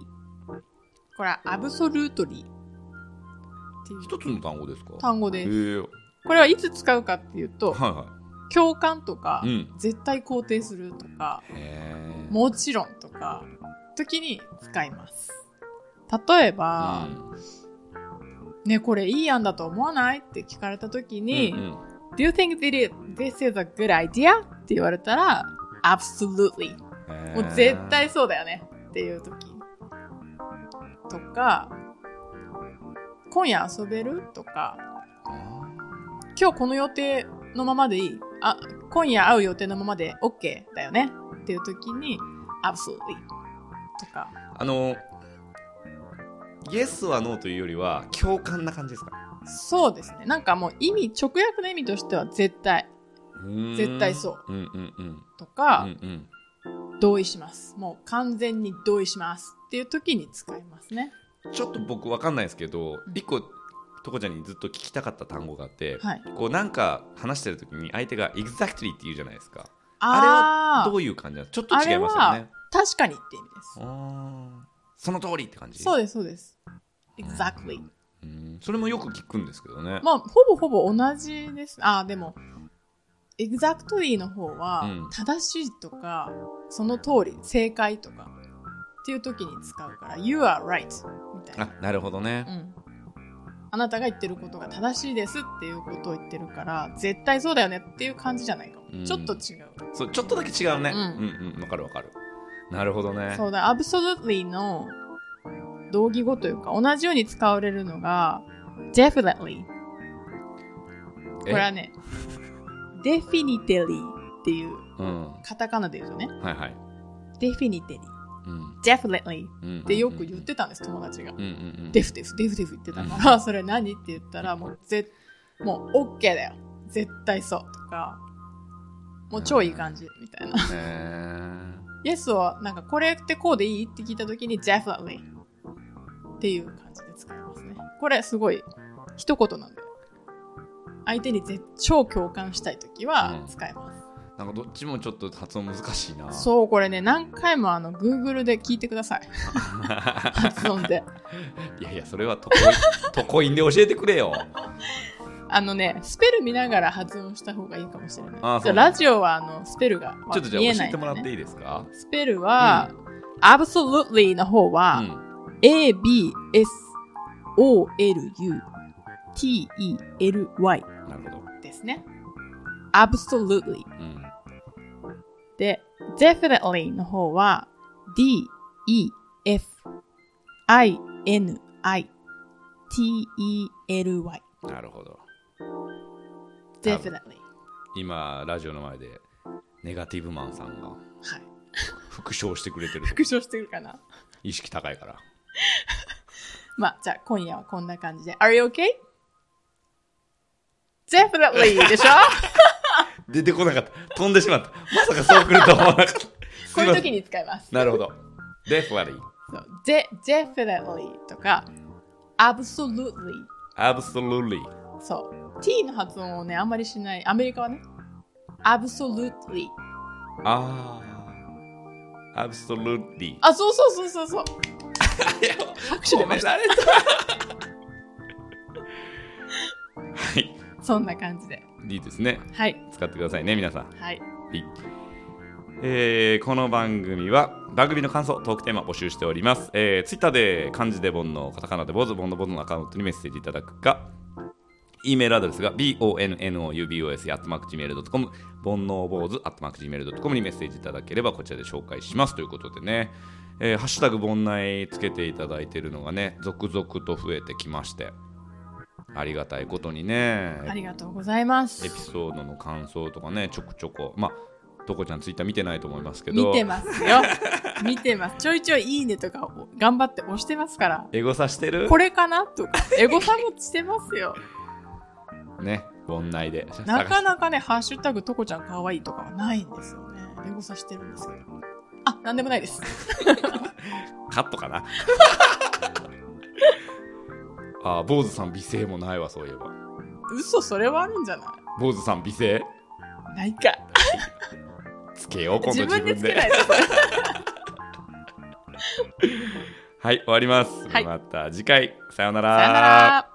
Speaker 2: これは absolutely っていう
Speaker 1: 一つの単語ですか
Speaker 2: 単語
Speaker 1: え
Speaker 2: です
Speaker 1: ー、
Speaker 2: これはいつ使うかっていうと
Speaker 1: はいは
Speaker 2: 共感とか、
Speaker 1: いうん
Speaker 2: 絶対肯定するとか
Speaker 1: へー
Speaker 2: もちろんとか時に使います例え
Speaker 1: う
Speaker 2: ば、
Speaker 1: ん
Speaker 2: ねこれいい案だと思わないって聞かれた時に、
Speaker 1: うんうん
Speaker 2: Do you think that it- this is a good idea? って言われたら Absolutely
Speaker 1: へ
Speaker 2: も
Speaker 1: ー
Speaker 2: う絶対そうだよねっていう時とか今夜遊べるとか今日この予定のままでいいあ今夜会う予定のままで OK だよねっていう時に Absolutely とか
Speaker 1: あのイエスはノーというよりは共感な感じですか
Speaker 2: そうですねなんかもう意味直訳の意味としては絶対絶対そう
Speaker 1: ーんうんうんうん
Speaker 2: とか、
Speaker 1: うんうん
Speaker 2: 同意しますもう完全に同意しますっていう時に使いますね
Speaker 1: ちょっと僕わかんないですけど
Speaker 2: ん
Speaker 1: 一個とこちゃんにずっと聞きたかった単語があって、
Speaker 2: はい
Speaker 1: こうなんか話してる時に相手が「exactly」って言うじゃないですかあれ
Speaker 2: あ
Speaker 1: はど
Speaker 2: ー
Speaker 1: ういう感じなのちょっと違いますよ
Speaker 2: あれ
Speaker 1: ね
Speaker 2: 確かにって意味で
Speaker 1: あーその通りって感じ
Speaker 2: すそう
Speaker 1: う
Speaker 2: ですそうです exactly
Speaker 1: んそれもよく聞くんですけどね、
Speaker 2: まあほぼほぼ同じですあーでも exactly の方は
Speaker 1: うん
Speaker 2: 正しいとか、その通り正解とかっていう時に使うから you are right みたいな
Speaker 1: あなるほどね、
Speaker 2: うん、あなたが言ってることが正しいですっていうことを言ってるから絶対そうだよねっていう感じじゃないかも、
Speaker 1: うん
Speaker 2: ちょっと違う、
Speaker 1: そうちょっとだけ違うね、
Speaker 2: う
Speaker 1: うんん、うんうんわかるわかるなるほどね
Speaker 2: そうだ absolutely の同義語というか同じように使われるのが definitely こ
Speaker 1: え
Speaker 2: れはね definitely っていう
Speaker 1: うん
Speaker 2: カタカナで言うとね
Speaker 1: はいはい、
Speaker 2: definitely
Speaker 1: うん
Speaker 2: definitely
Speaker 1: うん、
Speaker 2: ってよく言ってたんです友達が
Speaker 1: うんうん うん
Speaker 2: デフデフデフデフ言ってたから、 それ何って言ったらもうぜもう OK だよ絶対そうとかもう超いい感じみたいな
Speaker 1: へー
Speaker 2: Yes はなんかこれってこうでいいって聞いた時に Definitely っていう感じで使いますねこれすごい一言なんで相手に絶超共感したい時は使えます、
Speaker 1: なんかどっちもちょっと発音難しいな
Speaker 2: そうこれね何回もあの Google で聞いてくだ さい発音で
Speaker 1: いやいやそれはとこ いとこいんで教えてくれよ
Speaker 2: あのね、スペル見ながら発音した方がいいかもしれない。
Speaker 1: あーそう
Speaker 2: ラジオはあのスペルが
Speaker 1: ちょっとじゃ
Speaker 2: 見
Speaker 1: あ
Speaker 2: え
Speaker 1: 教
Speaker 2: な
Speaker 1: え
Speaker 2: い
Speaker 1: てもら
Speaker 2: の
Speaker 1: って
Speaker 2: ね。
Speaker 1: いいですか
Speaker 2: スペルは、absolutely の方
Speaker 1: う
Speaker 2: は、
Speaker 1: ん
Speaker 2: a, b, s, o, l, u, t, e, l, y
Speaker 1: なるほど
Speaker 2: ですね。absolutely
Speaker 1: うん
Speaker 2: で、definitely の方は、d, e, f, i, n, i, T-E-L-Y
Speaker 1: なるほど
Speaker 2: definitely
Speaker 1: 今ラジオの前でネガティブマンさんが
Speaker 2: はい
Speaker 1: 復唱してくれてる
Speaker 2: 復唱してるかな
Speaker 1: 意識高いから
Speaker 2: まあじゃあ今夜はこんな感じで Are you okay? Definitely でしょ
Speaker 1: 出てこなかった飛んでしまったまさかそう来るとは思わなか った
Speaker 2: こういう時
Speaker 1: に
Speaker 2: に使います
Speaker 1: なるほどデフワリー
Speaker 2: そうで Definitely とか Absolutely
Speaker 1: absolutely
Speaker 2: そう T の発音をねあんまりしないアメリカはね Absolutely
Speaker 1: ああ absolutely
Speaker 2: あそうそうそうそうそう拍手出
Speaker 1: 褒
Speaker 2: ま
Speaker 1: め
Speaker 2: し
Speaker 1: られた はい
Speaker 2: たそんな感じで
Speaker 1: いいですね
Speaker 2: はい
Speaker 1: 使ってくださいね皆さん
Speaker 2: は
Speaker 1: は
Speaker 2: い
Speaker 1: いえーこの番組は番組の感想トークテーマ募集しております、えー、ツイッターで漢字でボンのカタカナでボズボンのボズのアカウントにメッセージいただくか E メールアドレスが bonoubos.gmail.com 煩悩坊主 .gmail.com にメッセージいただければこちらで紹介しますということでね、えーハッシュタグ煩内つけていただいてるのがね続々と増えてきましてありがたいことにね
Speaker 2: ありがとうございます
Speaker 1: エピソードの感想とかねちょこちょこまあとこちゃんツイッター見てないと思いますけど
Speaker 2: 見てますよ見てますちょいちょいいいねとかを頑張って押してますから
Speaker 1: エゴさしてる
Speaker 2: これかなとかエゴサもしてますよ
Speaker 1: ね盆内で探し
Speaker 2: なかなかね「ハッシュタグとこちゃんかわいい」とかはないんですよねエゴサしてるんですけどあなんでもないです
Speaker 1: カットかな あ坊主さん美声もないわそういえば
Speaker 2: 嘘それはあるんじゃな
Speaker 1: 坊主さん美声
Speaker 2: いないか
Speaker 1: つけよう今
Speaker 2: 自
Speaker 1: 度自
Speaker 2: 分で
Speaker 1: 分
Speaker 2: つ
Speaker 1: で
Speaker 2: け ないとこれ
Speaker 1: はい終わります、
Speaker 2: はい
Speaker 1: また次回さよう
Speaker 2: さよなら